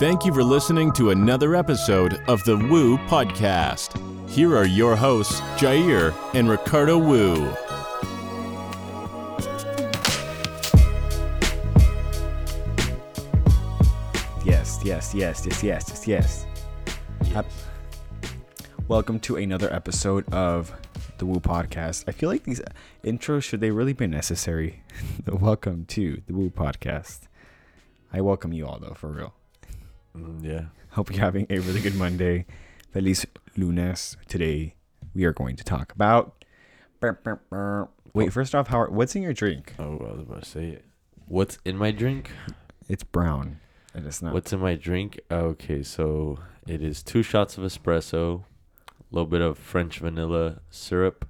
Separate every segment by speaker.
Speaker 1: Thank you for listening to another episode of the Woo Podcast. Here are your hosts, Jair and Ricardo Wu.
Speaker 2: Yes, yes, yes, yes, yes, yes, yes. Hap- Welcome to another episode of the Woo Podcast. I feel like these intros should they really be necessary? Welcome to the Woo Podcast. I welcome you all though, for real.
Speaker 3: Mm, Yeah.
Speaker 2: Hope you're having a really good Monday. Feliz lunes. Today we are going to talk about. burp, burp, burp. Wait, first off, Howard, what's in your drink?
Speaker 3: Oh, I was about to say it. What's in my drink?
Speaker 2: It's brown, and it's not.
Speaker 3: What's in my drink? Okay, so it is two shots of espresso, a little bit of French vanilla syrup,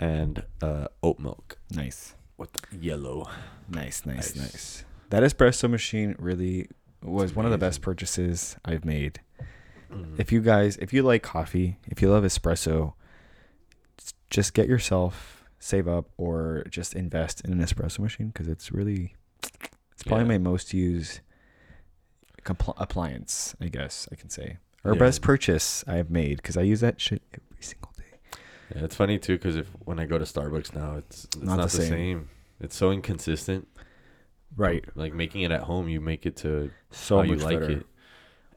Speaker 3: and uh, oat milk.
Speaker 2: nice,
Speaker 3: With yellow.
Speaker 2: nice, nice,
Speaker 3: Nice.
Speaker 2: nice. That espresso machine really was one of the best
Speaker 3: amazing.
Speaker 2: purchases I've made.
Speaker 3: Mm.
Speaker 2: If you guys, if you like coffee, if you love espresso, s- just get yourself, save up, or just invest in an espresso machine because it's really, it's probably my
Speaker 3: Yeah.
Speaker 2: most used compl- appliance, I guess I can say, or
Speaker 3: Yeah.
Speaker 2: best purchase I've made because I use that shit every single day.
Speaker 3: Yeah, it's funny too because if when I go to Starbucks now, it's, it's
Speaker 2: Not
Speaker 3: not,
Speaker 2: the
Speaker 3: the,
Speaker 2: same.
Speaker 3: same. It's so inconsistent.
Speaker 2: Right.
Speaker 3: Like making it at home, you make it to
Speaker 2: So
Speaker 3: how
Speaker 2: much
Speaker 3: you like
Speaker 2: better.
Speaker 3: it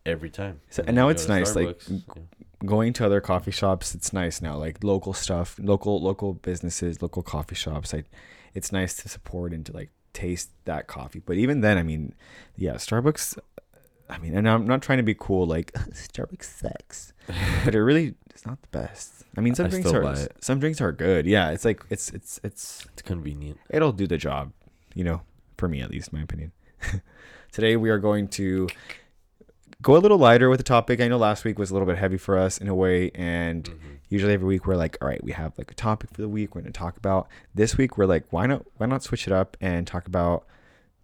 Speaker 3: every time.
Speaker 2: So- and
Speaker 3: then
Speaker 2: now
Speaker 3: you go
Speaker 2: it's
Speaker 3: to
Speaker 2: nice, like,
Speaker 3: Starbucks, yeah.
Speaker 2: Going to other coffee shops, it's nice now. Like local stuff, local local businesses, local coffee shops. Like, it's nice to support and to like taste that coffee. But even then, I mean, yeah, Starbucks. I mean, and I'm not trying to be cool, like Starbucks sucks, but it really is not the best. I mean, some
Speaker 3: I
Speaker 2: drinks
Speaker 3: still
Speaker 2: are
Speaker 3: buy it.
Speaker 2: some drinks are good. Yeah, it's like it's it's it's
Speaker 3: it's convenient.
Speaker 2: it'll do the job, you know, for me at least, my opinion. Today we are going to go a little lighter with the topic. I know last week was a little bit heavy for us in a way, and usually every week we're like, all right, we have like a topic for the week we're gonna talk about. This week we're like, why not why not switch it up and talk about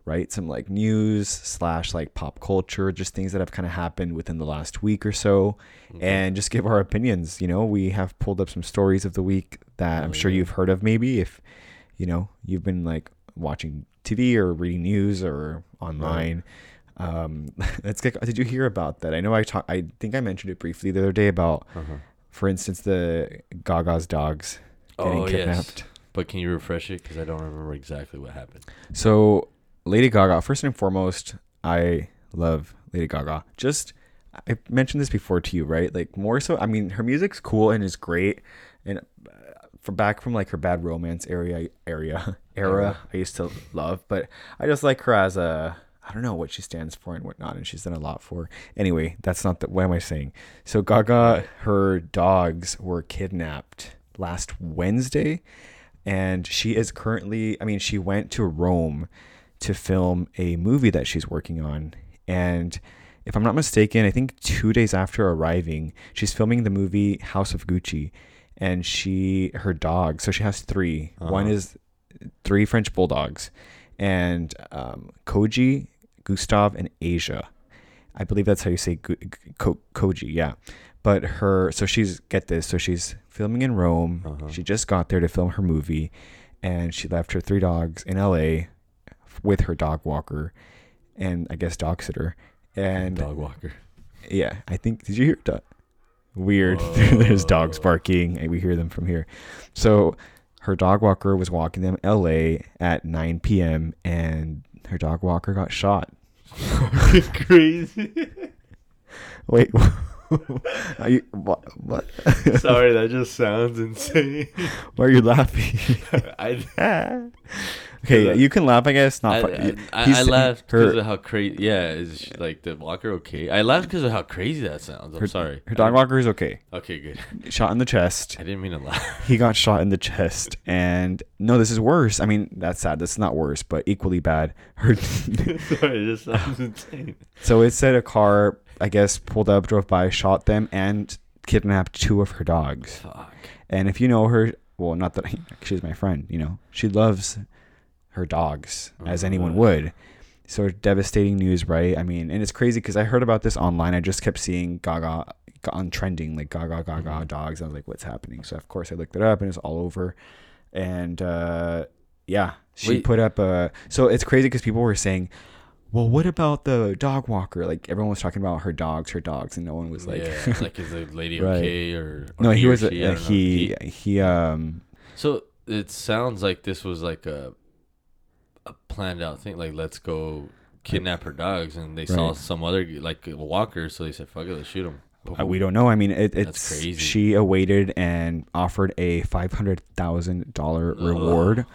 Speaker 2: right some like news slash like pop culture, just things that have kind of happened within the last week or so, and just give our opinions. You know, we have pulled up some stories of the week that I'm
Speaker 3: Oh,
Speaker 2: sure
Speaker 3: yeah.
Speaker 2: you've heard of maybe if you know you've been like watching TV or reading news or online. Um, let's get. Did you hear about that? I know I talked. I think I mentioned it briefly the other day about,
Speaker 3: Uh-huh.
Speaker 2: for instance, the Gaga's dogs getting
Speaker 3: Oh, yes.
Speaker 2: kidnapped.
Speaker 3: But can you refresh it? Because I don't remember exactly what happened.
Speaker 2: So, Lady Gaga. First and foremost, I love Lady Gaga. Just I mentioned this before to you, right? Like more so. I mean, her music's cool and is great, and uh, for back from like her Bad Romance area area era, I used to love. But I just like her as a I don't know what she stands for and whatnot, and she's done a lot for. Anyway, that's not the. What am I saying? So Gaga, her dogs were kidnapped last Wednesday, and she is currently. I mean, she went to Rome to film a movie that she's working on, and if I'm not mistaken, I think two days after arriving, she's filming the movie House of Gucci, and she her dog. So she has 3 One is three French bulldogs, and um, Koji, Gustav, and Asia. I believe that's how you say Gu- Ko- Koji. Yeah, but her. So she's get this. So she's filming in Rome. She just got there to film her movie, and she left her three dogs in L.A. with her dog walker, and I guess dog sitter. And
Speaker 3: Dog walker.
Speaker 2: yeah, I think. Did you hear do- Weird. There's dogs barking, and we hear them from here. So her dog walker was walking them in L.A. at 9 p.m. and her dog walker got shot.
Speaker 3: Crazy.
Speaker 2: Wait, are you, what, what?
Speaker 3: Sorry, that just sounds insane.
Speaker 2: Why are you laughing?
Speaker 3: I,
Speaker 2: okay, yeah, you can laugh, I guess. Not.
Speaker 3: Ah. I,
Speaker 2: fu-
Speaker 3: I,
Speaker 2: he's-
Speaker 3: I laughed uh, because
Speaker 2: Her,
Speaker 3: of how crazy. Yeah, is she, like the walker okay? I laughed because of how crazy that sounds. I'm sorry.
Speaker 2: her dog
Speaker 3: I-
Speaker 2: walker is okay.
Speaker 3: Okay, good.
Speaker 2: Shot in the chest.
Speaker 3: I didn't mean to laugh.
Speaker 2: he got shot in the chest and no this is worse i mean that's sad that's not worse but equally bad Her-
Speaker 3: sorry, it just sounds insane.
Speaker 2: so it said a car i guess pulled up drove by shot them and kidnapped two of her dogs
Speaker 3: Fuck.
Speaker 2: and if you know her well not that she's my friend you know she loves her dogs as
Speaker 3: Ah.
Speaker 2: anyone would so devastating news right i mean and it's crazy because i heard about this online i just kept seeing gaga on trending like gaga gaga
Speaker 3: Mm-hmm.
Speaker 2: dogs i was like what's happening so of course i looked it up and it's all over and uh, yeah, she
Speaker 3: Wait.
Speaker 2: put up a. So it's crazy because people were saying, well, what about the dog walker? Like everyone was talking about her dogs, her dogs, and no one was like,
Speaker 3: yeah, like is the lady
Speaker 2: Right.
Speaker 3: okay or, or
Speaker 2: no, he
Speaker 3: or
Speaker 2: was a, uh,
Speaker 3: she, I don't know.
Speaker 2: he, he um
Speaker 3: So it sounds like this was like a a planned out thing. Like let's go kidnap her dogs, and they saw
Speaker 2: Right.
Speaker 3: some other like a walker, so they said, "Fuck it, let's shoot him."
Speaker 2: uh, we don't know. I mean, it, it's
Speaker 3: crazy.
Speaker 2: she awaited and offered a five hundred thousand dollar reward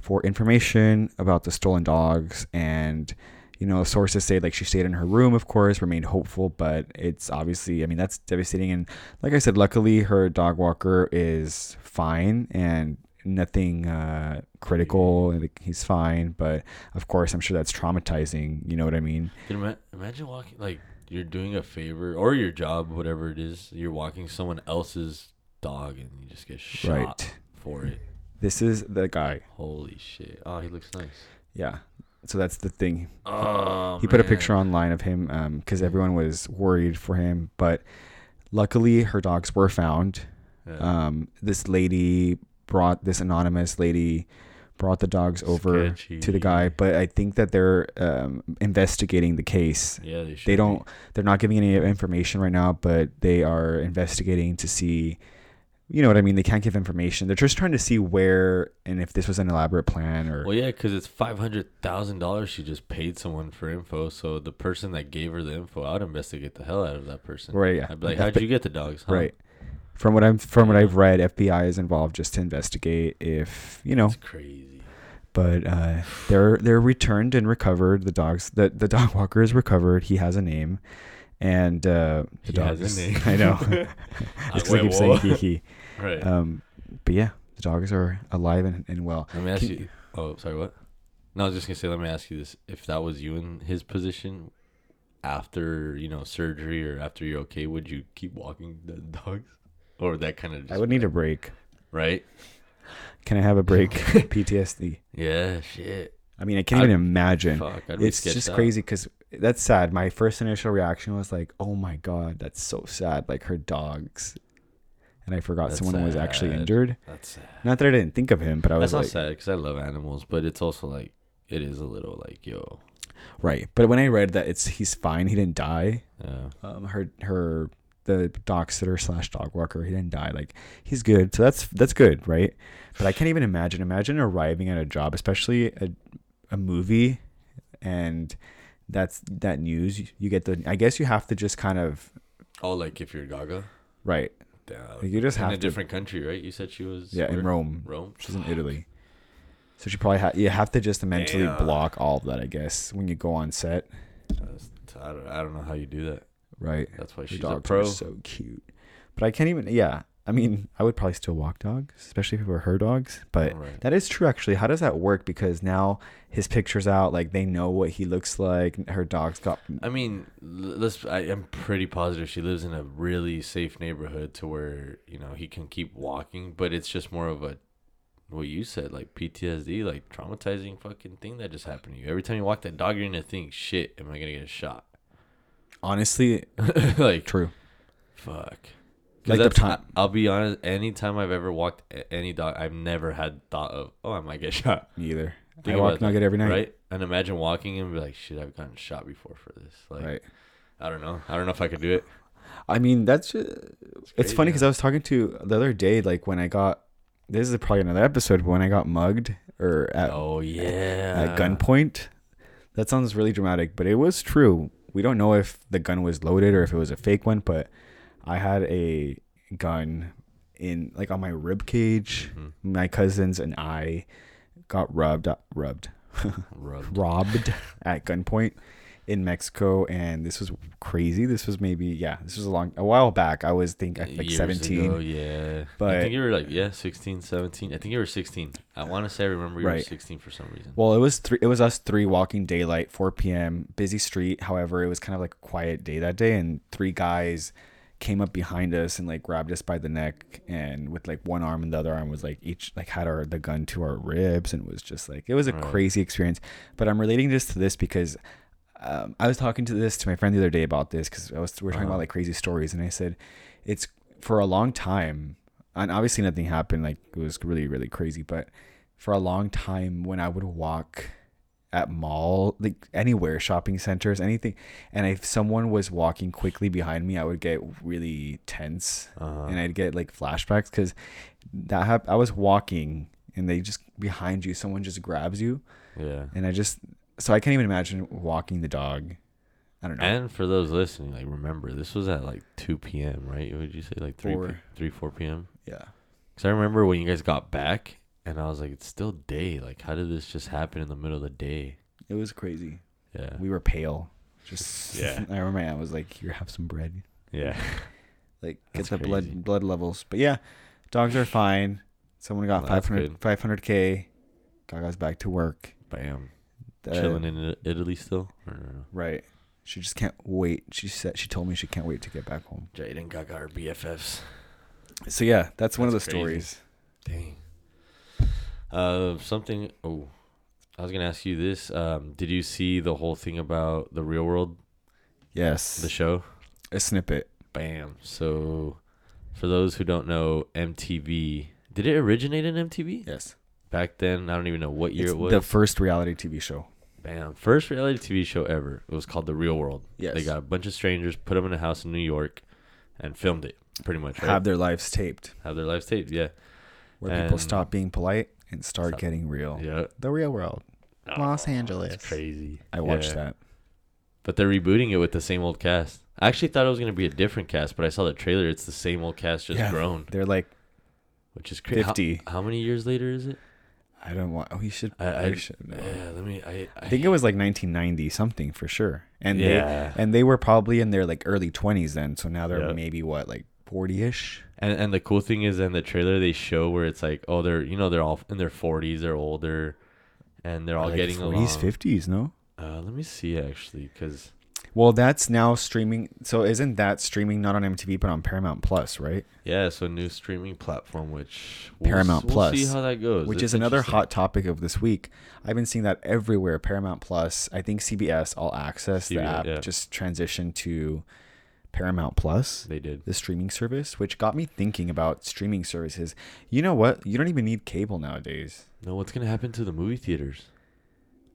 Speaker 2: for information about the stolen dogs, and you know, sources say like she stayed in her room, of course, remained hopeful, but it's obviously, I mean, that's devastating. And like I said, luckily her dog walker is fine and nothing uh, critical. and, like, He's fine, but of course, I'm sure that's traumatizing. You know what I mean?
Speaker 3: Can ima- imagine walking like you're doing a favor or your job, whatever it is. You're walking someone else's dog, and you just get shot
Speaker 2: Right.
Speaker 3: for it.
Speaker 2: This is the guy.
Speaker 3: Holy shit! Oh, he looks nice.
Speaker 2: Yeah. So that's the thing.
Speaker 3: Oh,
Speaker 2: he put a
Speaker 3: man.
Speaker 2: picture online of him because everyone was worried for him. But luckily, her dogs were found.
Speaker 3: Yeah.
Speaker 2: Um, this lady brought this anonymous lady brought the dogs over to the
Speaker 3: Sketchy.
Speaker 2: guy. But I think that they're um, investigating the case.
Speaker 3: Yeah, they, should
Speaker 2: They
Speaker 3: be.
Speaker 2: don't. They're not giving any information right now, but they are investigating to see. You know what I mean? They can't give information. They're just trying to see where and if this was an elaborate plan or
Speaker 3: Well, yeah, because it's five hundred thousand dollars she just paid someone for info. So the person that gave her the info, I'd investigate the hell out of that person.
Speaker 2: Right, yeah.
Speaker 3: I'd be
Speaker 2: Like,
Speaker 3: like, how'd
Speaker 2: but-
Speaker 3: you get the dogs? Huh?
Speaker 2: Right. From what I'm from what I've read, FBI is involved just to investigate if you know.
Speaker 3: It's crazy.
Speaker 2: But uh, they're they're returned and recovered. The dogs the the dog walker is recovered. He has a name, and uh, the
Speaker 3: He has
Speaker 2: dogs.
Speaker 3: a name.
Speaker 2: I know.
Speaker 3: Uh,
Speaker 2: It's 'cause I
Speaker 3: wait,
Speaker 2: keep
Speaker 3: what?
Speaker 2: saying he he.
Speaker 3: Right.
Speaker 2: Um, but yeah, the dogs are alive and, and well.
Speaker 3: let me ask
Speaker 2: can-
Speaker 3: you. Oh, sorry. What? No, I was just gonna say. Let me ask you this: If that was you in his position, after you know surgery or after you're okay, would you keep walking the dogs, or that kind of?
Speaker 2: I would need a break.
Speaker 3: Right.
Speaker 2: Can I have a break? PTSD.
Speaker 3: Yeah. Shit.
Speaker 2: I mean, I can't
Speaker 3: I'd-
Speaker 2: even imagine.
Speaker 3: Fuck. I'd be
Speaker 2: it's
Speaker 3: sketched
Speaker 2: just
Speaker 3: out.
Speaker 2: crazy because that's sad. My first initial reaction was like, "Oh my god, that's so sad." Like her dogs, and I forgot
Speaker 3: That's
Speaker 2: someone was actually
Speaker 3: sad.
Speaker 2: injured.
Speaker 3: That's sad.
Speaker 2: Not that I didn't think of him, but I was
Speaker 3: That's not
Speaker 2: like,
Speaker 3: sad because I love animals, but it's also like it is a little like yo,
Speaker 2: right. But when I read that it's he's fine, he didn't die.
Speaker 3: yeah,
Speaker 2: Um, her her the dog sitter slash dog walker, he didn't die. Like he's good, so that's that's good, right? But I can't even imagine. Imagine arriving at a job, especially a a movie, and that's that news. You- You get the. I guess you have to just kind of
Speaker 3: Oh, like if you're Gaga,
Speaker 2: right.
Speaker 3: damn.
Speaker 2: You just
Speaker 3: in
Speaker 2: have
Speaker 3: a
Speaker 2: to-
Speaker 3: different country, right? You said she was
Speaker 2: Yeah, in
Speaker 3: where?
Speaker 2: Rome.
Speaker 3: Rome. Ah,
Speaker 2: She's in Italy. So she probably ha- you have to just mentally
Speaker 3: Yeah.
Speaker 2: block all of that, I guess, when you go on set,
Speaker 3: That's- I don't, I don't know how you do that.
Speaker 2: right?
Speaker 3: That's why
Speaker 2: Your
Speaker 3: she's a
Speaker 2: dogs
Speaker 3: pro.
Speaker 2: are so cute. But I can't even. Yeah, I mean, I would probably still walk dogs, especially if it were her dogs. But
Speaker 3: Right.
Speaker 2: that is true, actually. How does that work? Because now his pictures out, like they know what he looks like. Her dogs got
Speaker 3: I mean, l- let's. I am pretty positive she lives in a really safe neighborhood to where you know he can keep walking, but it's just more of a what you said, like PTSD, like traumatizing fucking thing that just happened to you. Every time you walk that dog, you're gonna think, shit, am I gonna get a shot?
Speaker 2: honestly
Speaker 3: like
Speaker 2: true.
Speaker 3: Fuck.
Speaker 2: Like
Speaker 3: Like
Speaker 2: the
Speaker 3: that's,
Speaker 2: time-
Speaker 3: I- I'll be honest. Anytime I've ever walked a- any dog, I've never had thought of, oh, I might get shot.
Speaker 2: Me either. I
Speaker 3: Think
Speaker 2: walk
Speaker 3: about that,
Speaker 2: Nugget every night.
Speaker 3: Right? And imagine walking and be like, shit, I've gotten shot before for this. Like,
Speaker 2: Right.
Speaker 3: I don't know. I don't know if I could do it.
Speaker 2: I mean, that's ju- it's,
Speaker 3: crazy,
Speaker 2: funny
Speaker 3: huh?
Speaker 2: because I was talking to the other day, like when I got this is probably another episode, but when I got mugged or at,
Speaker 3: Oh yeah.
Speaker 2: at gunpoint, that sounds really dramatic, but it was true. We don't know if the gun was loaded or if it was a fake one, but I had a gun in like on my rib cage.
Speaker 3: Mm-hmm.
Speaker 2: My cousins and I got rubbed, rubbed,
Speaker 3: Rubbed.
Speaker 2: robbed at gunpoint in Mexico, and this was crazy. This was maybe yeah, this was a long a while back. I was think like
Speaker 3: Years
Speaker 2: seventeen.
Speaker 3: ago, yeah. I
Speaker 2: But-
Speaker 3: think you were like yeah, 16, 17. I think you were sixteen. I want to say I remember you were
Speaker 2: Right.
Speaker 3: sixteen for some reason.
Speaker 2: Well, it was three. It was us three walking daylight, four p.m. busy street. However, it was kind of like a quiet day that day, and three guys came up behind us and like grabbed us by the neck, and with like one arm and the other arm was like each like had our the gun to our ribs, and was just like it was a crazy experience. But I'm relating this to this because. Um, I was talking to this to my friend the other day about this because I was we were talking about like crazy stories, and I said it's for a long time, and obviously nothing happened. Like it was really really crazy, but for a long time when I would walk at mall, like anywhere, shopping centers, anything. And if someone was walking quickly behind me, I would get really tense
Speaker 3: Uh-huh.
Speaker 2: and I'd get like flashbacks because that hap- I was walking and they just behind you, someone just grabs you.
Speaker 3: Yeah.
Speaker 2: And I just, so I can't even imagine walking the dog. I don't know.
Speaker 3: And for those listening, like remember this was at like 2 p.m. Right? Would you say like 3
Speaker 2: Four.
Speaker 3: P- 3 4 p.m.
Speaker 2: yeah.
Speaker 3: Because I remember when you guys got back, and I was like, it's still day. Like, how did this just happen in the middle of the day?
Speaker 2: It was crazy.
Speaker 3: Yeah.
Speaker 2: We were pale. Just,
Speaker 3: Yeah.
Speaker 2: I remember my aunt was like, here, have some bread.
Speaker 3: yeah.
Speaker 2: like
Speaker 3: That's
Speaker 2: get the
Speaker 3: crazy.
Speaker 2: blood blood levels. But yeah, dogs are fine. Someone got
Speaker 3: Well, that's
Speaker 2: 500
Speaker 3: good.
Speaker 2: 500k. Gaga's back to work.
Speaker 3: Bam.
Speaker 2: Uh,
Speaker 3: Chilling in I- Italy still? Or no, no.
Speaker 2: Right. She just can't wait. She said she told me she can't wait to get back home.
Speaker 3: Jade and Gaga are BFFs.
Speaker 2: So yeah, that's, one of the
Speaker 3: That's crazy.
Speaker 2: stories.
Speaker 3: Dang. Uh, something. Oh, I was gonna ask you this. Um, did you see the whole thing about the real world,
Speaker 2: Yes.
Speaker 3: the show?
Speaker 2: a snippet.
Speaker 3: Bam. So, for those who don't know, MTV. Did it originate in MTV?
Speaker 2: Yes.
Speaker 3: Back then, I don't even know what year
Speaker 2: It's
Speaker 3: it was.
Speaker 2: the first reality TV show.
Speaker 3: Bam. First reality TV show ever. It was called The Real World.
Speaker 2: Yes.
Speaker 3: They got a bunch of strangers, put them in a house in New York, and filmed it pretty much. Right?
Speaker 2: Have their lives taped
Speaker 3: Have their lives taped. Yeah.
Speaker 2: where people
Speaker 3: And-
Speaker 2: stop being polite and start getting real.
Speaker 3: Yeah.
Speaker 2: The real world. Los Angeles.
Speaker 3: It's crazy.
Speaker 2: I watched
Speaker 3: Yeah.
Speaker 2: that.
Speaker 3: But they're rebooting it with the same old cast. I actually thought it was going to be a different cast, but I saw the trailer. It's the same old cast, just
Speaker 2: Yeah.
Speaker 3: grown,
Speaker 2: They're like
Speaker 3: which is crazy.
Speaker 2: 50.
Speaker 3: How, how many years later is it?
Speaker 2: I don't want. Oh, you should.
Speaker 3: I-
Speaker 2: you
Speaker 3: I-
Speaker 2: should know.
Speaker 3: Yeah, let me. I, I,
Speaker 2: I think it was like 1990 something for sure. And
Speaker 3: Yeah.
Speaker 2: they and they were probably in their like early 20s then. So now they're
Speaker 3: Yeah.
Speaker 2: maybe what like 40ish.
Speaker 3: And and the cool thing is in the trailer they show where it's like, oh, they're you know they're all in their forties, they're older, and they're all
Speaker 2: like
Speaker 3: getting
Speaker 2: 40s,
Speaker 3: along.
Speaker 2: 50s, no?
Speaker 3: Uh, let me see actually, because
Speaker 2: Well, that's now streaming. So isn't that streaming not on MTV but on Paramount Plus, right?
Speaker 3: yeah, so new streaming platform which
Speaker 2: Paramount
Speaker 3: we'll
Speaker 2: Plus,
Speaker 3: See how that goes.
Speaker 2: Which
Speaker 3: It's
Speaker 2: is another
Speaker 3: interesting.
Speaker 2: hot topic of this week. I've been seeing that everywhere. Paramount Plus, I think CBS All Access the
Speaker 3: CBS,
Speaker 2: app
Speaker 3: yeah.
Speaker 2: just transitioned to Paramount Plus.
Speaker 3: They did.
Speaker 2: the streaming service, which got me thinking about streaming services. You know what? You don't even need cable nowadays.
Speaker 3: No, what's gonna happen to the movie theaters?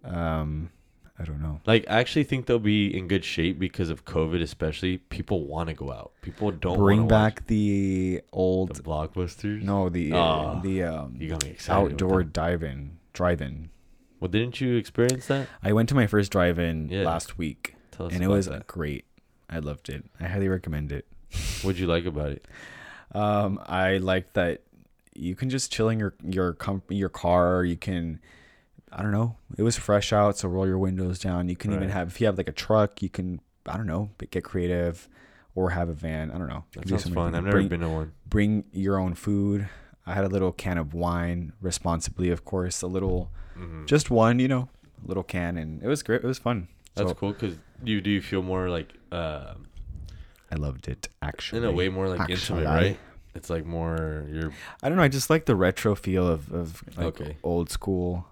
Speaker 2: Um, I don't know.
Speaker 3: Like, I actually think they'll be in good shape because of COVID, especially. People want to go out. People don't
Speaker 2: Bring
Speaker 3: wanna
Speaker 2: back the
Speaker 3: watch
Speaker 2: old
Speaker 3: the blockbusters.
Speaker 2: no the
Speaker 3: Ah,
Speaker 2: the um
Speaker 3: you got me excited. with
Speaker 2: outdoor
Speaker 3: that.
Speaker 2: dive-in drive-in.
Speaker 3: Well, didn't you experience that?
Speaker 2: I went to my first drive-in
Speaker 3: Yeah.
Speaker 2: last week,
Speaker 3: Tell us
Speaker 2: and it
Speaker 3: about
Speaker 2: was
Speaker 3: that.
Speaker 2: great. I loved it. I highly recommend it.
Speaker 3: What'd you like about it?
Speaker 2: Um, I like that you can just chill in your your com- your car. You can, I don't know. It was fresh out, so roll your windows down. You can even
Speaker 3: Right.
Speaker 2: have if you have like a truck, you can I don't know, but get creative, or have a van. I don't know. You
Speaker 3: That
Speaker 2: can do
Speaker 3: sounds
Speaker 2: so many
Speaker 3: fun.
Speaker 2: things.
Speaker 3: I've never
Speaker 2: bring,
Speaker 3: been to one.
Speaker 2: Bring your own food. I had a little can of wine, responsibly, of course. A little,
Speaker 3: Hmm. Mm-hmm.
Speaker 2: just one, you know, a little can, and it was great. It was fun.
Speaker 3: That's
Speaker 2: So,
Speaker 3: cool because you do feel more like, uh,
Speaker 2: I loved it. Actually,
Speaker 3: in a way, more like
Speaker 2: Actually.
Speaker 3: intimate, right? It's like more you're
Speaker 2: I don't know. I just like the retro feel of, of like
Speaker 3: Okay.
Speaker 2: old school.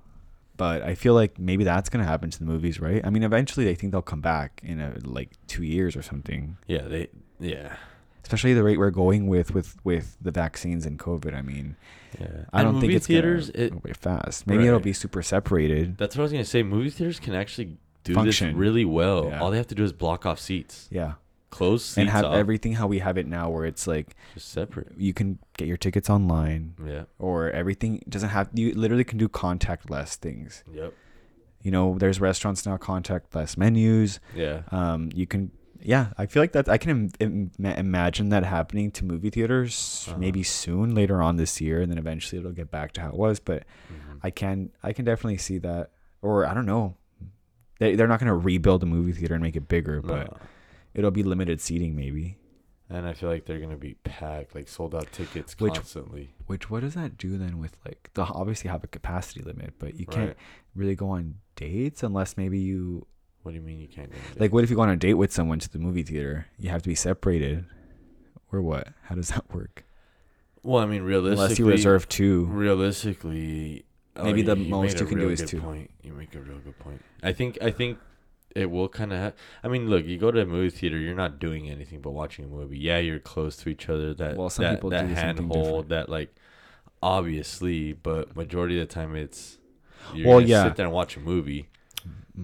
Speaker 2: But I feel like maybe that's gonna happen to the movies, right? I mean, eventually I think they'll come back in a, like two years or something.
Speaker 3: yeah they yeah
Speaker 2: Especially the rate we're going with with with the vaccines and COVID. I mean,
Speaker 3: yeah.
Speaker 2: I
Speaker 3: And
Speaker 2: don't think
Speaker 3: movie
Speaker 2: it's
Speaker 3: theaters.
Speaker 2: Gonna
Speaker 3: It,
Speaker 2: go away fast. Maybe it'll
Speaker 3: Right.
Speaker 2: be super separated.
Speaker 3: that's what I was gonna say. Movie theaters can actually do
Speaker 2: Function.
Speaker 3: this really well.
Speaker 2: Yeah.
Speaker 3: All they have to do is block off seats,
Speaker 2: Yeah,
Speaker 3: close seats,
Speaker 2: and have
Speaker 3: off,
Speaker 2: everything how we have it now, where it's like
Speaker 3: just separate.
Speaker 2: you can get your tickets online,
Speaker 3: Yeah.
Speaker 2: or everything doesn't have. You literally can do contactless things.
Speaker 3: Yep.
Speaker 2: You know, there's restaurants now contactless menus.
Speaker 3: Yeah.
Speaker 2: um, you can yeah i feel like that i can Im- im- imagine that happening to movie theaters maybe soon later on this year and then eventually it'll get back to how it was but i can i can definitely see that or i don't know they, they're not going to rebuild a movie theater and make it bigger but
Speaker 3: No.
Speaker 2: it'll be limited seating maybe
Speaker 3: And I feel like they're gonna be packed, like sold out tickets
Speaker 2: Which-
Speaker 3: constantly.
Speaker 2: which what does that do then with like they'll obviously have a capacity limit but you can't
Speaker 3: Right.
Speaker 2: really go on dates unless maybe you
Speaker 3: What do you mean you can't go? on a
Speaker 2: like what if you go on a date with someone to the movie theater you have to be separated or what how does that work
Speaker 3: date? Well, I mean, realistically,
Speaker 2: unless you reserve two.
Speaker 3: realistically, oh,
Speaker 2: Maybe the
Speaker 3: made
Speaker 2: most
Speaker 3: a
Speaker 2: you can
Speaker 3: real
Speaker 2: do is
Speaker 3: good
Speaker 2: two.
Speaker 3: Point. You make a real good point. I think. I think it will kind of. Ha- I mean, look, you go to a movie theater, you're not doing anything but watching a movie. Yeah, you're close to each other. That
Speaker 2: Well, some
Speaker 3: that,
Speaker 2: people
Speaker 3: that
Speaker 2: do something different.
Speaker 3: handhold, that like, obviously, but majority of the time it's. You're
Speaker 2: Well,
Speaker 3: well, yeah.
Speaker 2: yeah. Mm.
Speaker 3: Sit there and watch a movie.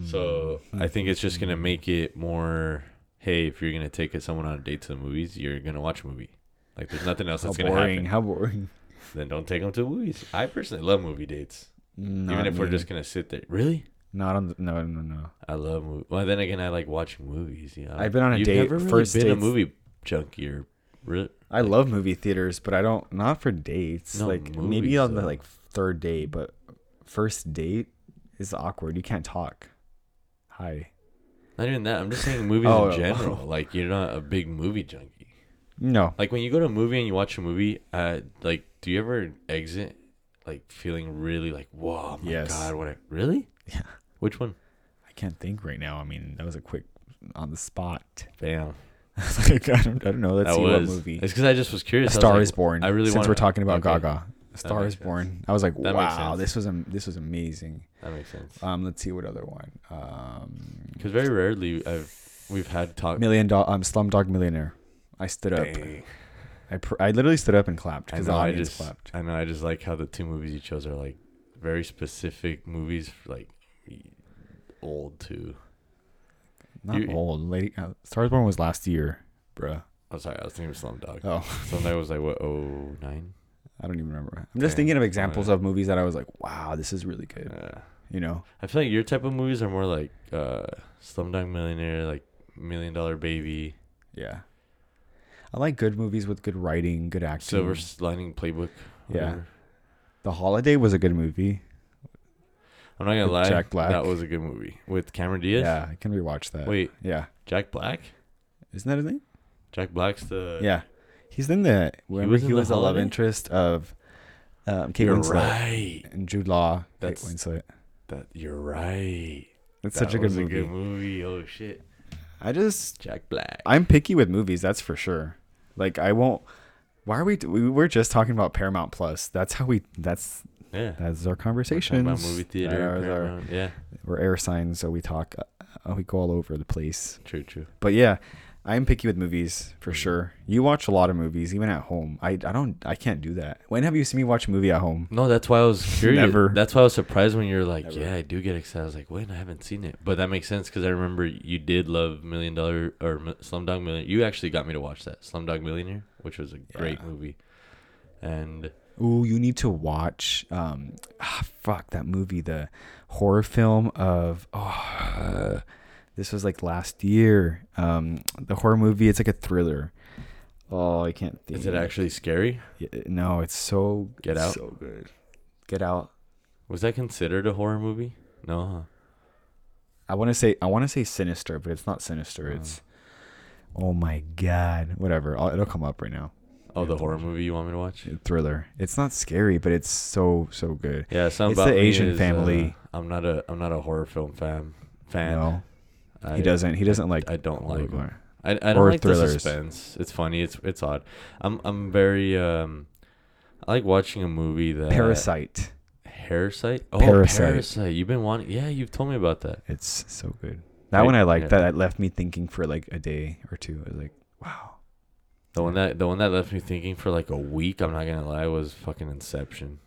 Speaker 3: So I think it's just gonna make it more. Hey, if you're gonna take someone on a date to the movies, you're gonna watch a movie. Like there's nothing else
Speaker 2: How
Speaker 3: that's gonna
Speaker 2: boring.
Speaker 3: happen.
Speaker 2: How boring.
Speaker 3: Then don't take them to the movies. I personally love movie dates,
Speaker 2: Not
Speaker 3: even if we're
Speaker 2: me.
Speaker 3: just gonna sit there. Really?
Speaker 2: not on the, no no no.
Speaker 3: I love movies. Well, then again, I like watching movies. Yeah,
Speaker 2: I've been on a date-
Speaker 3: Never really
Speaker 2: first
Speaker 3: been a
Speaker 2: dates-
Speaker 3: movie junkie or re-
Speaker 2: I love movie theaters, but I don't not for dates.
Speaker 3: No,
Speaker 2: like
Speaker 3: movies,
Speaker 2: maybe on the
Speaker 3: though.
Speaker 2: like third date, but first date is awkward. You can't talk. Hi.
Speaker 3: not even that. I'm just saying movies
Speaker 2: Oh.
Speaker 3: in general. Like you're not a big movie junkie.
Speaker 2: No.
Speaker 3: Like when you go to a movie and you watch a movie, uh, like do you ever exit like feeling really like whoa, my
Speaker 2: Yes.
Speaker 3: god, what? I, really?
Speaker 2: Yeah.
Speaker 3: Which one?
Speaker 2: I can't think right now. I mean, that was a quick on the spot.
Speaker 3: Bam.
Speaker 2: like I don't, I don't know. Let's
Speaker 3: that
Speaker 2: see
Speaker 3: was.
Speaker 2: what movie.
Speaker 3: It's because I just was
Speaker 2: A
Speaker 3: curious. I was
Speaker 2: Star
Speaker 3: like,
Speaker 2: is Born.
Speaker 3: I really
Speaker 2: since
Speaker 3: wanna-
Speaker 2: we're talking about
Speaker 3: okay,
Speaker 2: Gaga. A Star
Speaker 3: makes
Speaker 2: is
Speaker 3: sense.
Speaker 2: Born. I was like,
Speaker 3: That makes
Speaker 2: wow,
Speaker 3: sense.
Speaker 2: this was am- this was amazing.
Speaker 3: That makes sense.
Speaker 2: Um, let's see what other one. Um,
Speaker 3: Because very rarely I've we've had talk.
Speaker 2: million dollar. Um, Slumdog Millionaire. I stood up.
Speaker 3: Dang.
Speaker 2: I pr- I literally stood up and clapped
Speaker 3: I
Speaker 2: because the
Speaker 3: know. I
Speaker 2: audience
Speaker 3: just.
Speaker 2: clapped.
Speaker 3: I know. I just like how the two movies you chose are like very specific movies, like old too.
Speaker 2: Not
Speaker 3: You-
Speaker 2: old. Lady uh, Star is Born was last year, bruh.
Speaker 3: I'm sorry. I was thinking of Slumdog.
Speaker 2: Oh,
Speaker 3: Slumdog was like what? Oh nine.
Speaker 2: I don't even remember. I'm just
Speaker 3: Damn.
Speaker 2: thinking of examples
Speaker 3: yeah.
Speaker 2: of movies that I was like, wow, this is really good.
Speaker 3: Oh, Yeah.
Speaker 2: You know,
Speaker 3: I feel like your type of movies are more like uh, Slumdog Millionaire, like Million Dollar Baby,
Speaker 2: yeah. I like good movies with good writing, good acting.
Speaker 3: Silver Lining Playbook.
Speaker 2: Hmm. Yeah.
Speaker 3: whatever.
Speaker 2: The Holiday was a good movie.
Speaker 3: I'm not gonna
Speaker 2: With
Speaker 3: lie.
Speaker 2: Jack Black.
Speaker 3: That was a good movie with Cameron Diaz.
Speaker 2: Yeah, I can rewatch that.
Speaker 3: Wait,
Speaker 2: Yeah,
Speaker 3: Jack Black?
Speaker 2: isn't that his name?
Speaker 3: Jack Black's the.
Speaker 2: yeah, he's in the. Remember
Speaker 3: Uh, was
Speaker 2: he
Speaker 3: in The
Speaker 2: was the love
Speaker 3: Holiday?
Speaker 2: interest of um, Kate
Speaker 3: You're
Speaker 2: Winslet
Speaker 3: right.
Speaker 2: and Jude Law. Kate
Speaker 3: That's-
Speaker 2: Winslet.
Speaker 3: That you're right.
Speaker 2: That's
Speaker 3: That
Speaker 2: such a good
Speaker 3: was
Speaker 2: movie.
Speaker 3: A good movie. Oh shit.
Speaker 2: I just
Speaker 3: Jack Black.
Speaker 2: I'm picky with movies, that's for sure. Like I won't. Why are we? We were just talking about Paramount Plus. That's how we. That's
Speaker 3: yeah.
Speaker 2: that's our
Speaker 3: We're
Speaker 2: conversation.
Speaker 3: talking about movie theater. Paramount. yeah.
Speaker 2: we're air signs, so we talk. Uh, we go all over the place.
Speaker 3: True. True.
Speaker 2: But yeah, I'm picky with movies for
Speaker 3: Mm-hmm.
Speaker 2: sure. You watch a lot of movies, even at home. I I don't. I can't do that. When have you seen me watch a movie at home?
Speaker 3: No, that's why I was curious.
Speaker 2: Never.
Speaker 3: That's why I was surprised when you're like,
Speaker 2: Never.
Speaker 3: yeah, I do get excited. I was like, wait, I haven't seen it, but that makes sense because I remember you did love Million Dollar or Mi- Slumdog Million. You actually got me to watch that Slumdog Millionaire, which was a great
Speaker 2: Yeah.
Speaker 3: movie, and
Speaker 2: Ooh, you need to watch. Um, ah, fuck that movie, the horror film of. Oh, this was like last year. Um, the horror movie. It's like a thriller. Oh, I can't think.
Speaker 3: is it actually scary?
Speaker 2: Yeah, No, it's so.
Speaker 3: Get
Speaker 2: it's
Speaker 3: Out?
Speaker 2: So good. Get out.
Speaker 3: Was that considered a horror movie? No, huh?
Speaker 2: I want to say I want to say sinister, but it's not sinister. It's. Oh my god! Whatever, I'll, it'll come up right now.
Speaker 3: Oh, the horror movie you want me to watch?
Speaker 2: Thriller. It's not scary, but it's so so good.
Speaker 3: Yeah, some
Speaker 2: It's
Speaker 3: about
Speaker 2: the
Speaker 3: Me
Speaker 2: Asian
Speaker 3: is, uh,
Speaker 2: family.
Speaker 3: I'm not a I'm not a horror film fan. Fan.
Speaker 2: No,
Speaker 3: I,
Speaker 2: he doesn't. He doesn't like.
Speaker 3: I don't like 'em.
Speaker 2: horror.
Speaker 3: I, I don't
Speaker 2: Or
Speaker 3: like
Speaker 2: thrillers.
Speaker 3: the suspense. It's funny. It's it's odd. I'm I'm very um. I like watching a movie that
Speaker 2: Parasite.
Speaker 3: Parasite. Oh,
Speaker 2: Parasite.
Speaker 3: Parasite. You've been wanting. Yeah, you've told me about that.
Speaker 2: It's so good. That
Speaker 3: Right,
Speaker 2: one I like.
Speaker 3: yeah.
Speaker 2: That that left me thinking for like a day or two. I was like, wow.
Speaker 3: The one that the one that left me thinking for like a week. I'm not gonna lie. Was fucking Inception.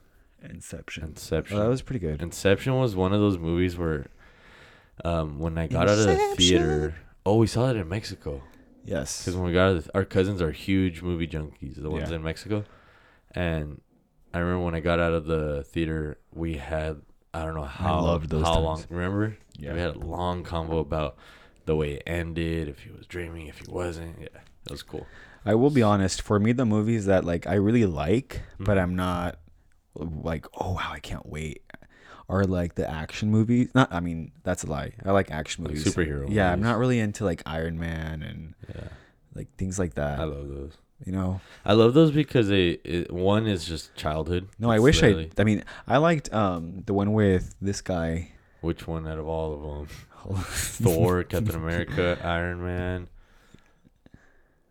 Speaker 2: Inception. Oh,
Speaker 3: Inception.
Speaker 2: that was pretty good.
Speaker 3: Inception was one of those movies where, um, when I got out of the theater. Oh, we saw it in Mexico.
Speaker 2: Yes.
Speaker 3: Because when we got out of the, our cousins are huge movie junkies, the ones
Speaker 2: Yeah.
Speaker 3: in Mexico, and I remember when I got out of the theater, we had I don't know how
Speaker 2: loved those
Speaker 3: how
Speaker 2: times.
Speaker 3: long. Remember,
Speaker 2: Yeah.
Speaker 3: we had a long convo about the way it ended, if he was dreaming, if he wasn't. Yeah, that was cool.
Speaker 2: I will be honest. For me, the movies that like I really like, but
Speaker 3: Mhm.
Speaker 2: I'm not like, oh wow, I can't wait. Are like the action movies. Not. I mean, that's a lie. I like action
Speaker 3: Like
Speaker 2: movies.
Speaker 3: superhero.
Speaker 2: Yeah, I'm
Speaker 3: movies.
Speaker 2: not really into like Iron Man and
Speaker 3: Yeah,
Speaker 2: like things like that.
Speaker 3: I love those.
Speaker 2: you know.
Speaker 3: I love those because they it, one is just childhood.
Speaker 2: No, I
Speaker 3: It's
Speaker 2: wish I.
Speaker 3: literally-
Speaker 2: I mean, I liked um the one with this guy.
Speaker 3: Which one out of all of them? Thor, Captain America, Iron Man.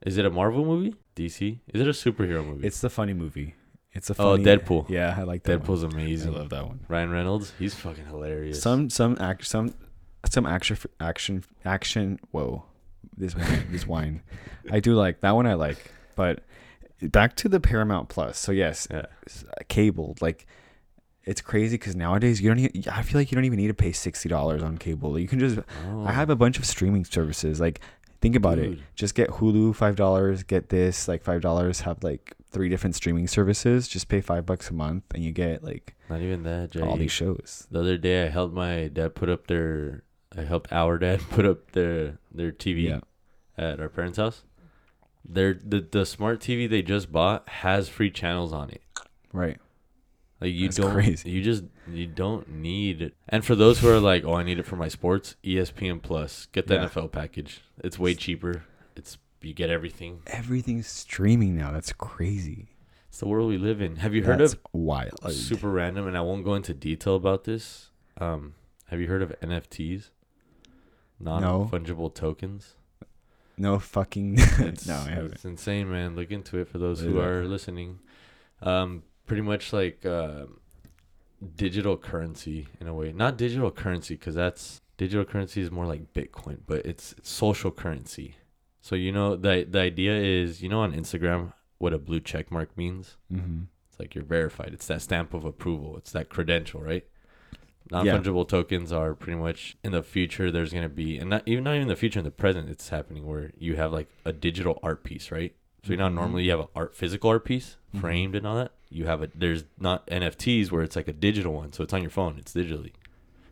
Speaker 3: Is it a Marvel movie? DC? Is it a superhero movie?
Speaker 2: It's the funny movie. It's a
Speaker 3: Oh,
Speaker 2: funny,
Speaker 3: Deadpool.
Speaker 2: Yeah, I like that
Speaker 3: Deadpool's
Speaker 2: One.
Speaker 3: amazing.
Speaker 2: I love that one.
Speaker 3: Ryan Reynolds, he's fucking hilarious.
Speaker 2: Some some act some some action action action. Whoa, this wine, this wine. I do like that one. I like, but back to the Paramount Plus. So yes,
Speaker 3: yeah.
Speaker 2: s- cable like it's crazy because nowadays you don't. Even, I feel like you don't even need to pay sixty dollars on cable. You can just. I
Speaker 3: Oh,
Speaker 2: have a bunch of streaming services. Like, think about it.
Speaker 3: Dude.
Speaker 2: Just get Hulu five dollars. Get this like five dollars. Have like three different streaming services. Just pay five bucks a month, and you get like
Speaker 3: Not even that, Jay.
Speaker 2: all these shows.
Speaker 3: the other day I helped my dad put up their I helped our dad put up their their TV
Speaker 2: Yeah.
Speaker 3: at our parents' house. Their the, the smart TV they just bought has free channels on it.
Speaker 2: Right.
Speaker 3: Like you
Speaker 2: That's
Speaker 3: don't
Speaker 2: crazy.
Speaker 3: you just you don't need it. And for those who are like, "Oh, I need it for my sports," E ESPN Plus, get the
Speaker 2: Yeah.
Speaker 3: NFL package. It's way cheaper. It's you get everything.
Speaker 2: Everything's streaming now. That's crazy.
Speaker 3: It's the world we live in. Have you heard
Speaker 2: That's
Speaker 3: of
Speaker 2: wild.
Speaker 3: super random and I won't go into detail about this. Um, have you heard of NFTs? Non fungible tokens.
Speaker 2: No fucking.
Speaker 3: It's,
Speaker 2: no, I haven't.
Speaker 3: It's insane, man. Look into it for those
Speaker 2: What
Speaker 3: who
Speaker 2: is it?
Speaker 3: are listening. Um, pretty much like uh, digital currency in a way. Not digital currency because that's digital currency is more like Bitcoin, but it's, it's social currency. So you know the the idea is you know on Instagram what a blue check mark means.
Speaker 2: Mm-hmm.
Speaker 3: It's like you're verified. It's that stamp of approval. It's that credential, right? Non
Speaker 2: Yeah.
Speaker 3: fungible tokens are pretty much in the future. There's gonna be, and not even not even in the future. In the present, it's happening where you have like a digital art piece, right? So you know how
Speaker 2: Mhm.
Speaker 3: normally you have a art physical art piece
Speaker 2: Mhm.
Speaker 3: framed and all that. You have a there's not NFTs where it's like a digital one, so it's on your phone. It's digitally,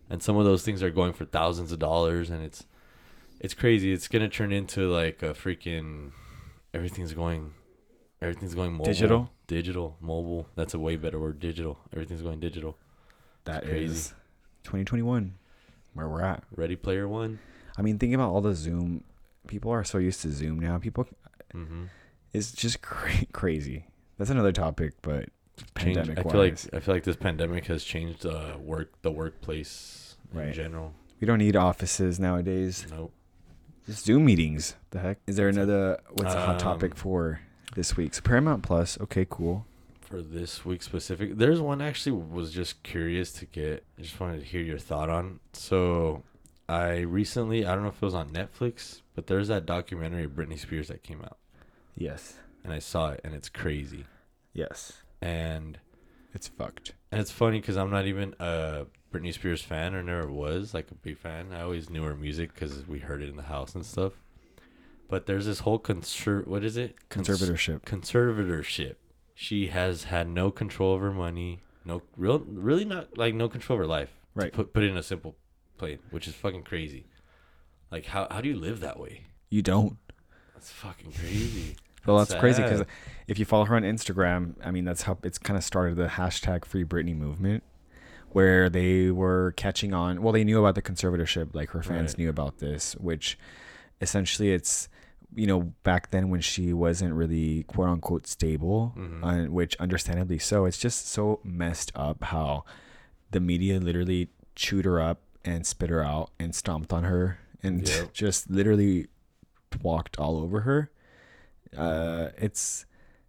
Speaker 3: and some of those things are going for thousands of dollars, and it's it's crazy. It's gonna turn into like a freaking everything's going everything's going mobile
Speaker 2: Digital?
Speaker 3: digital mobile that's a way better word digital everything's going digital
Speaker 2: That is
Speaker 3: crazy.
Speaker 2: 2021, where we're at.
Speaker 3: ready player one
Speaker 2: I mean, think about all the Zoom. People are so used to Zoom now. People,
Speaker 3: mm-hmm.
Speaker 2: it's just cra- crazy. That's another topic, but
Speaker 3: Change,
Speaker 2: pandemic
Speaker 3: i feel like
Speaker 2: wise,
Speaker 3: i feel like this pandemic has changed uh work the workplace in
Speaker 2: Right.
Speaker 3: general
Speaker 2: we don't need offices nowadays.
Speaker 3: nope
Speaker 2: Just Zoom meetings. The heck? Is there another? What's a hot
Speaker 3: Um,
Speaker 2: topic for this week? So Paramount Plus. Okay, cool.
Speaker 3: for this week specific there's one I actually was just curious to get i just wanted to hear your thought on so i recently i don't know if it was on netflix but there's that documentary of britney spears that came out
Speaker 2: Yes.
Speaker 3: and i saw it and it's crazy
Speaker 2: Yes.
Speaker 3: and
Speaker 2: It's fucked.
Speaker 3: And it's funny because I'm not even a Britney Spears fan or never was like a big fan. I always knew her music because we heard it in the house and stuff. But there's this whole conser what is it Cons-
Speaker 2: Conservatorship.
Speaker 3: conservatorship. She has had no control of her money, no real, really not like no control of her life. to
Speaker 2: Right.
Speaker 3: Put put it in a simple plane, which is fucking crazy. Like how how do you live that way?
Speaker 2: You don't.
Speaker 3: That's fucking crazy.
Speaker 2: Well, that's crazy because
Speaker 3: sad.
Speaker 2: if you follow her on Instagram, I mean, that's how it's kind of started the hashtag Free Britney movement, where they were catching on. Well, they knew about the conservatorship, like her fans
Speaker 3: Right.
Speaker 2: knew about this, which essentially it's, you know, back then when she wasn't really quote unquote stable,
Speaker 3: Mm-hmm.
Speaker 2: uh, which understandably so, it's just so messed up how the media literally chewed her up and spit her out and stomped on her and
Speaker 3: Yep.
Speaker 2: just literally walked all over her uh, it's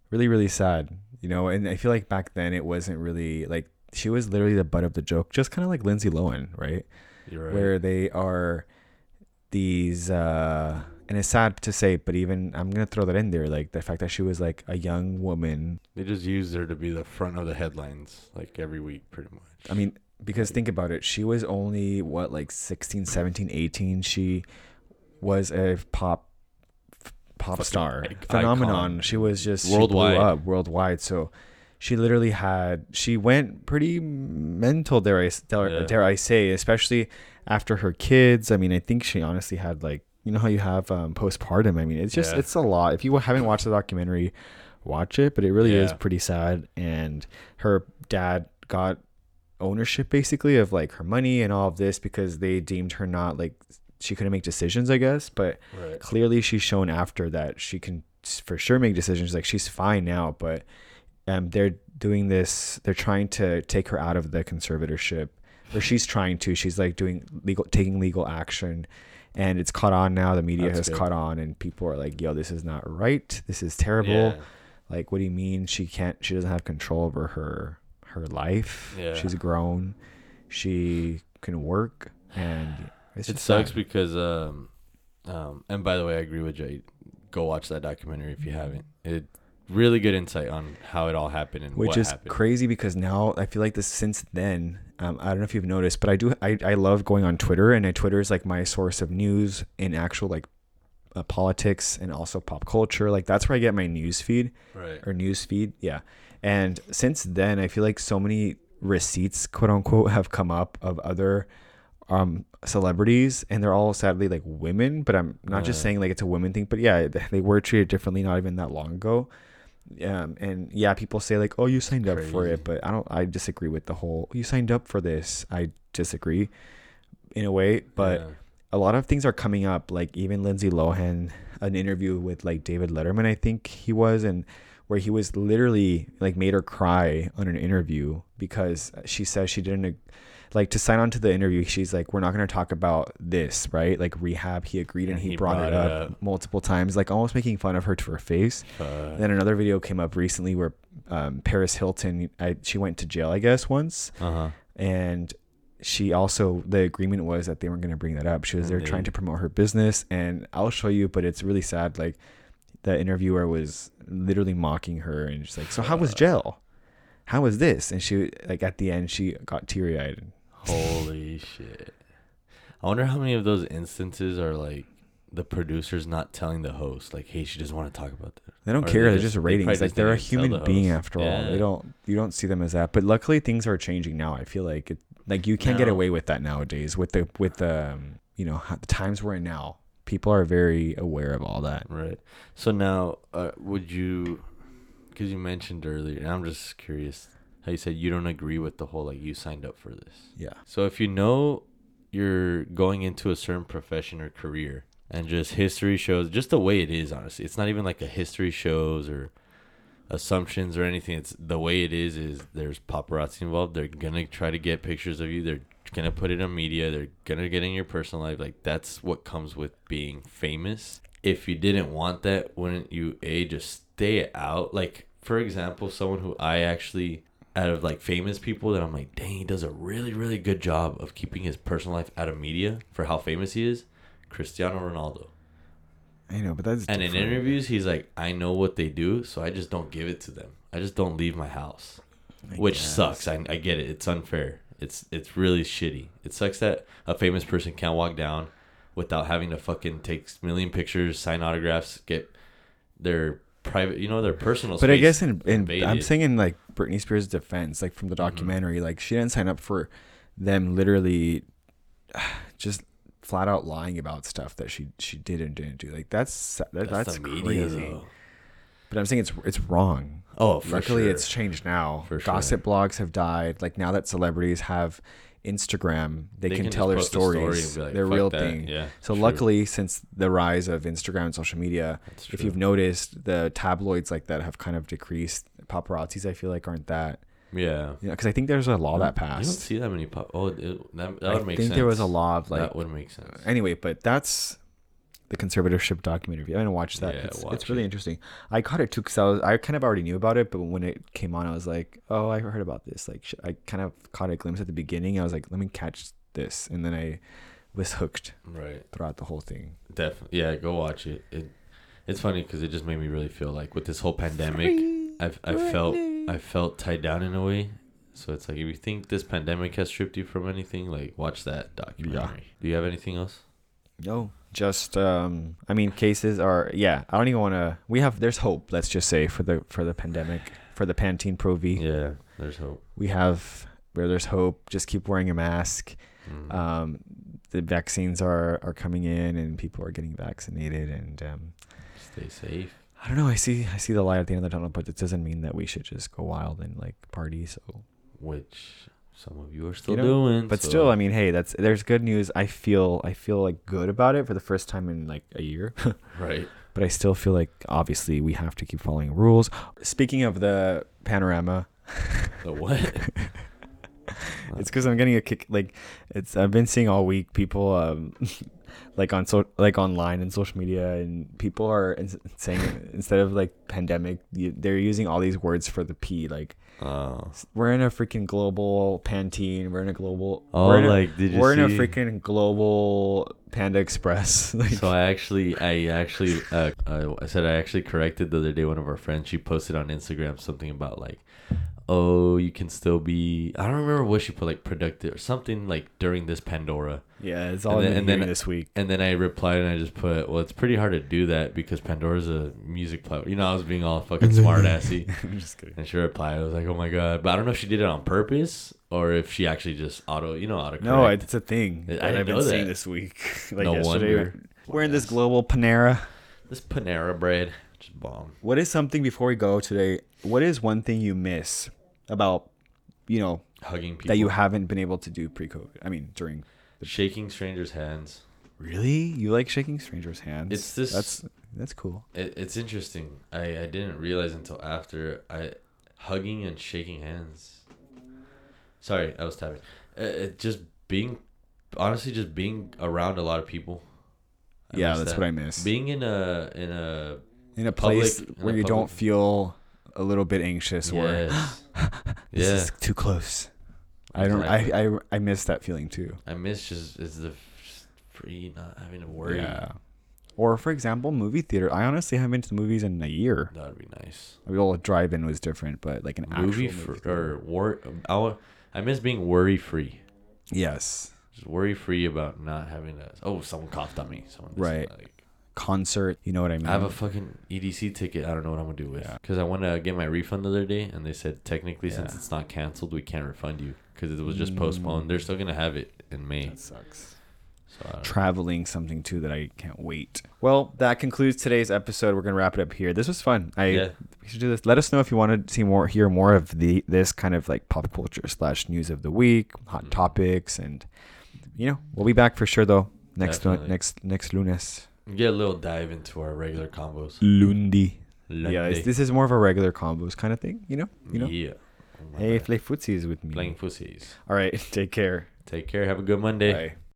Speaker 2: really really sad you know and i feel like back then it wasn't really like she was literally the butt of the joke just kind of like lindsay lohan right?
Speaker 3: You're right.
Speaker 2: where they are these uh and it's sad to say but even i'm gonna throw that in there like the fact that she was like a young woman
Speaker 3: They just used her to be the front of the headlines like every week, pretty much.
Speaker 2: i mean because think about it she was only what like 16 17 18 she was a pop pop
Speaker 3: Fucking
Speaker 2: star
Speaker 3: ic-
Speaker 2: phenomenon
Speaker 3: icon.
Speaker 2: she was just she
Speaker 3: Worldwide.
Speaker 2: blew up worldwide so she literally had she went pretty mental dare I, s- dare,
Speaker 3: Yeah.
Speaker 2: dare I say especially after her kids i mean i think she honestly had like you know how you have um, postpartum i mean it's just
Speaker 3: Yeah.
Speaker 2: it's a lot if you haven't watched the documentary watch it but it really is
Speaker 3: Yeah.
Speaker 2: pretty sad and her dad got ownership basically of like her money and all of this because they deemed her not like she couldn't make decisions i guess but
Speaker 3: Right.
Speaker 2: clearly she's shown after that she can s- for sure make decisions like she's fine now but um they're doing this they're trying to take her out of the conservatorship or she's trying to she's like doing legal taking legal action and it's caught on now the media
Speaker 3: That's
Speaker 2: has
Speaker 3: good.
Speaker 2: caught on and people are like yo this is not right this is terrible
Speaker 3: Yeah.
Speaker 2: like what do you mean she can't she doesn't have control over her her life
Speaker 3: Yeah.
Speaker 2: she's grown she can work and it's
Speaker 3: It
Speaker 2: just
Speaker 3: sucks
Speaker 2: sad.
Speaker 3: because um um and by the way I agree with Jay. Go watch that documentary if you haven't. It really good insight on how it all happened and
Speaker 2: which
Speaker 3: what
Speaker 2: is
Speaker 3: happened.
Speaker 2: crazy because now I feel like this since then. Um, I don't know if you've noticed, but I do. I, I love going on Twitter, and I, Twitter is like my source of news and actual like uh, politics and also pop culture. Like that's where I get my news feed
Speaker 3: right.
Speaker 2: or news feed. Yeah, and since then, I feel like so many receipts, quote unquote, have come up of other um celebrities and they're all sadly like women but i'm not just saying like it's a women thing but yeah th- they were treated differently not even that long ago um and yeah people say like oh you signed up for it but i don't i disagree with the whole you signed up for this i disagree in a way but
Speaker 3: Yeah.
Speaker 2: a lot of things are coming up like even lindsay lohan an interview with like david letterman i think he was and where he was literally like made her cry on an interview because she says she didn't ag- like to sign on to the interview she's like we're not going to talk about this right like rehab he agreed and
Speaker 3: And
Speaker 2: he,
Speaker 3: he
Speaker 2: brought, it
Speaker 3: brought it
Speaker 2: up,
Speaker 3: up.
Speaker 2: multiple times like almost making fun of her to her face
Speaker 3: Uh,
Speaker 2: then another video came up recently where um, paris hilton I, she went to jail i guess once
Speaker 3: uh-huh.
Speaker 2: and she also the agreement was that they weren't going to bring that up she was
Speaker 3: And
Speaker 2: there
Speaker 3: they-
Speaker 2: trying to promote her business and i'll show you but it's really sad like the interviewer was literally mocking her and she's like so how was jail how was this and she like at the end she got teary-eyed
Speaker 3: Holy shit. I wonder how many of those instances are like the producers not telling the host, like, hey, she doesn't want to talk about this.
Speaker 2: they don't
Speaker 3: Or
Speaker 2: care
Speaker 3: they
Speaker 2: they're just
Speaker 3: just- they
Speaker 2: ratings
Speaker 3: probably
Speaker 2: like
Speaker 3: just
Speaker 2: they're a
Speaker 3: didn't tell
Speaker 2: human
Speaker 3: the
Speaker 2: being
Speaker 3: host.
Speaker 2: after all
Speaker 3: Yeah.
Speaker 2: they don't you don't see them as that but luckily things are changing now i feel like it like you can't get
Speaker 3: No.
Speaker 2: away with that nowadays with the with the um, you know how- the times we're in now people are very aware of all that
Speaker 3: Right. So now, uh, would you, because you mentioned earlier, and I'm just curious how you said you don't agree with the whole, like, you signed up for this.
Speaker 2: yeah
Speaker 3: So if you know you're going into a certain profession or career, and just history shows, just the way it is, honestly, it's not even like a history shows or assumptions or anything. It's the way it is. Is there's paparazzi involved? They're gonna try to get pictures of you. They're gonna put it on media. They're gonna get in your personal life. Like that's what comes with being famous. If you didn't want that, wouldn't you a just stay out? Like for example, someone who I actually out of like famous people that I'm like, dang, he does a really really good job of keeping his personal life out of media for how famous he is. Cristiano Ronaldo.
Speaker 2: I know, but that's
Speaker 3: And in
Speaker 2: different.
Speaker 3: interviews, he's like, I know what they do, so I just don't give it to them. I just don't leave my house, which sucks. I, I get it. It's unfair. It's it's really shitty. It sucks that a famous person can't walk down without having to fucking take a million pictures, sign autographs, get their private, you know, their personal.
Speaker 2: But I
Speaker 3: space
Speaker 2: guess in, in I'm
Speaker 3: invaded. Mm-hmm.
Speaker 2: saying in like Britney Spears' defense, like from the documentary, like she didn't sign up for them literally just flat out lying about stuff that she she did and didn't do. Like that's that, that's,
Speaker 3: the
Speaker 2: crazy.
Speaker 3: though.
Speaker 2: But I'm saying it's it's wrong.
Speaker 3: Oh, for
Speaker 2: Luckily,
Speaker 3: sure.
Speaker 2: it's changed now.
Speaker 3: For sure.
Speaker 2: Gossip blogs have died. Like now that celebrities have Instagram, they,
Speaker 3: They
Speaker 2: can,
Speaker 3: can
Speaker 2: tell
Speaker 3: just
Speaker 2: their
Speaker 3: post a story
Speaker 2: stories,
Speaker 3: and be like,
Speaker 2: their
Speaker 3: "Fuck
Speaker 2: real
Speaker 3: that."
Speaker 2: thing.
Speaker 3: Yeah,
Speaker 2: so
Speaker 3: true.
Speaker 2: luckily, since the rise of Instagram and social media, if
Speaker 3: true.
Speaker 2: you've noticed, the tabloids like that have kind of decreased. Paparazzis, I feel like, aren't that
Speaker 3: Yeah.
Speaker 2: you know because I think there's a law that
Speaker 3: You don't
Speaker 2: passed.
Speaker 3: see that many pop. Oh, it, that, that
Speaker 2: I
Speaker 3: would make
Speaker 2: think
Speaker 3: sense.
Speaker 2: there was a law of like
Speaker 3: that would make sense.
Speaker 2: anyway, but that's the conservatorship documentary. If you haven't watched that,
Speaker 3: Yeah,
Speaker 2: it's, it's
Speaker 3: watch
Speaker 2: really interesting. I caught it too because I was I kind of already knew about it, but when it came on, I was like, oh, I heard about this. Like sh- I kind of caught a glimpse at the beginning. I was like, let me catch this, and then I was hooked
Speaker 3: Right.
Speaker 2: throughout the whole thing.
Speaker 3: Definitely, yeah. Go watch it. it it's funny because it just made me really feel like with this whole pandemic, I've I felt I felt tied down in a way. So it's like if you think this pandemic has stripped you from anything, like watch that documentary. Do you have anything else?
Speaker 2: No, just um, I mean, cases are yeah. I don't even want to. We have there's hope. Let's just say for the for the pandemic for the Pantene Pro V,
Speaker 3: Yeah, there's hope.
Speaker 2: we have where there's hope. Just keep wearing a mask.
Speaker 3: Mm.
Speaker 2: um, the vaccines are are coming in and people are getting vaccinated and um,
Speaker 3: Stay safe.
Speaker 2: I don't know I see I see the light at the end of the tunnel but it doesn't mean that we should just go wild and like party so
Speaker 3: Which some of you are still
Speaker 2: know,
Speaker 3: doing,
Speaker 2: but
Speaker 3: so-
Speaker 2: still I mean hey that's there's good news I feel I feel like good about it for the first time in like a year
Speaker 3: right.
Speaker 2: but I still feel like obviously we have to keep following rules speaking of the panorama
Speaker 3: The what?
Speaker 2: It's because I'm getting a kick. Like, it's I've been seeing all week people, um, like on so like online and social media, and people are ins- saying instead of like pandemic, you, they're using all these words for the P. Like,
Speaker 3: oh,
Speaker 2: s- we're in a freaking global Pantene. We're in a global.
Speaker 3: Oh,
Speaker 2: we're in a-
Speaker 3: like, did you
Speaker 2: We're in a
Speaker 3: see-
Speaker 2: freaking global Panda Express. like,
Speaker 3: So I actually, I actually, uh, I, I said I actually corrected the other day. One of our friends she posted on Instagram something about like, oh, you can still be. I don't remember what she put like productive or something like during this Pandora.
Speaker 2: yeah, it's all
Speaker 3: And
Speaker 2: I've
Speaker 3: then-
Speaker 2: been
Speaker 3: and then-
Speaker 2: hearing this week.
Speaker 3: And then I replied and I just put, well, it's pretty hard to do that because Pandora's a music platform. You know, I was being all fucking smart assy.
Speaker 2: I'm just kidding.
Speaker 3: And she replied, I was like, oh my god. But I don't know if she did it on purpose or if she actually just auto, you know, auto.
Speaker 2: No, it's a thing
Speaker 3: I
Speaker 2: that
Speaker 3: didn't
Speaker 2: I've been
Speaker 3: know
Speaker 2: seeing
Speaker 3: that.
Speaker 2: this week. like
Speaker 3: No
Speaker 2: yesterday,
Speaker 3: wonder.
Speaker 2: we're in this global Panera.
Speaker 3: this Panera bread, just bomb.
Speaker 2: What is something before we go today? What is one thing you miss about, you know,
Speaker 3: Hugging people,
Speaker 2: that you haven't been able to do pre-COVID? I mean, during.
Speaker 3: shaking strangers' hands.
Speaker 2: Really, you like shaking strangers' hands?
Speaker 3: It's this-
Speaker 2: That's that's cool.
Speaker 3: It, it's interesting. I, I didn't realize until after I hugging and shaking hands. Sorry, I was tapping. Uh, it just being, honestly, just being around a lot of people. I
Speaker 2: yeah,
Speaker 3: miss
Speaker 2: that's
Speaker 3: that.
Speaker 2: what I miss.
Speaker 3: Being in a in a
Speaker 2: in a
Speaker 3: public-
Speaker 2: place
Speaker 3: in a
Speaker 2: where you don't
Speaker 3: public-
Speaker 2: feel a little bit anxious or
Speaker 3: yes,
Speaker 2: this
Speaker 3: yeah.
Speaker 2: is too close. I don't.
Speaker 3: Exactly.
Speaker 2: I, I I miss that feeling too.
Speaker 3: I miss just is the f- free not having to worry.
Speaker 2: Or for example, movie theater. I honestly haven't been to the movies in a year.
Speaker 3: That'd be nice.
Speaker 2: I mean, well, drive-in was different, but like an
Speaker 3: Movie,
Speaker 2: actual
Speaker 3: fr-
Speaker 2: movie theater.
Speaker 3: or wor- I, wa- I miss being worry free.
Speaker 2: yes,
Speaker 3: Just worry free about not having to. Oh, someone coughed on me. Someone this,
Speaker 2: Right.
Speaker 3: Like,
Speaker 2: concert. You know what I mean?
Speaker 3: I have a fucking EDC ticket. I don't know what I'm gonna do with
Speaker 2: Mm-hmm. Yeah.
Speaker 3: because I want to get my refund the other day, and they said technically since
Speaker 2: Yeah.
Speaker 3: it's not canceled, we can't refund you because it was just postponed.
Speaker 2: Mm.
Speaker 3: They're still gonna have it in May.
Speaker 2: that sucks.
Speaker 3: So uh, I don't-
Speaker 2: Traveling something too that I can't wait. Well, that concludes today's episode. We're gonna wrap it up here. This was fun. I
Speaker 3: Yeah.
Speaker 2: we should do this. Let us know if you want to see more, hear more of the this kind of like pop culture slash news of the week, hot
Speaker 3: Mm-hmm.
Speaker 2: topics, and you know we'll be back for sure though next uh,
Speaker 3: Definitely.
Speaker 2: next next lunes.
Speaker 3: get a little dive into our regular combos.
Speaker 2: Lundi. Yeah,
Speaker 3: Lundi.
Speaker 2: it's, this is more of a regular combos kind of thing, you know? You know?
Speaker 3: Yeah. Oh my
Speaker 2: Hey,
Speaker 3: bad.
Speaker 2: Flay Footsie is with me.
Speaker 3: playing pussies.
Speaker 2: All right, take care.
Speaker 3: Take care. Have a good Monday.
Speaker 2: Bye.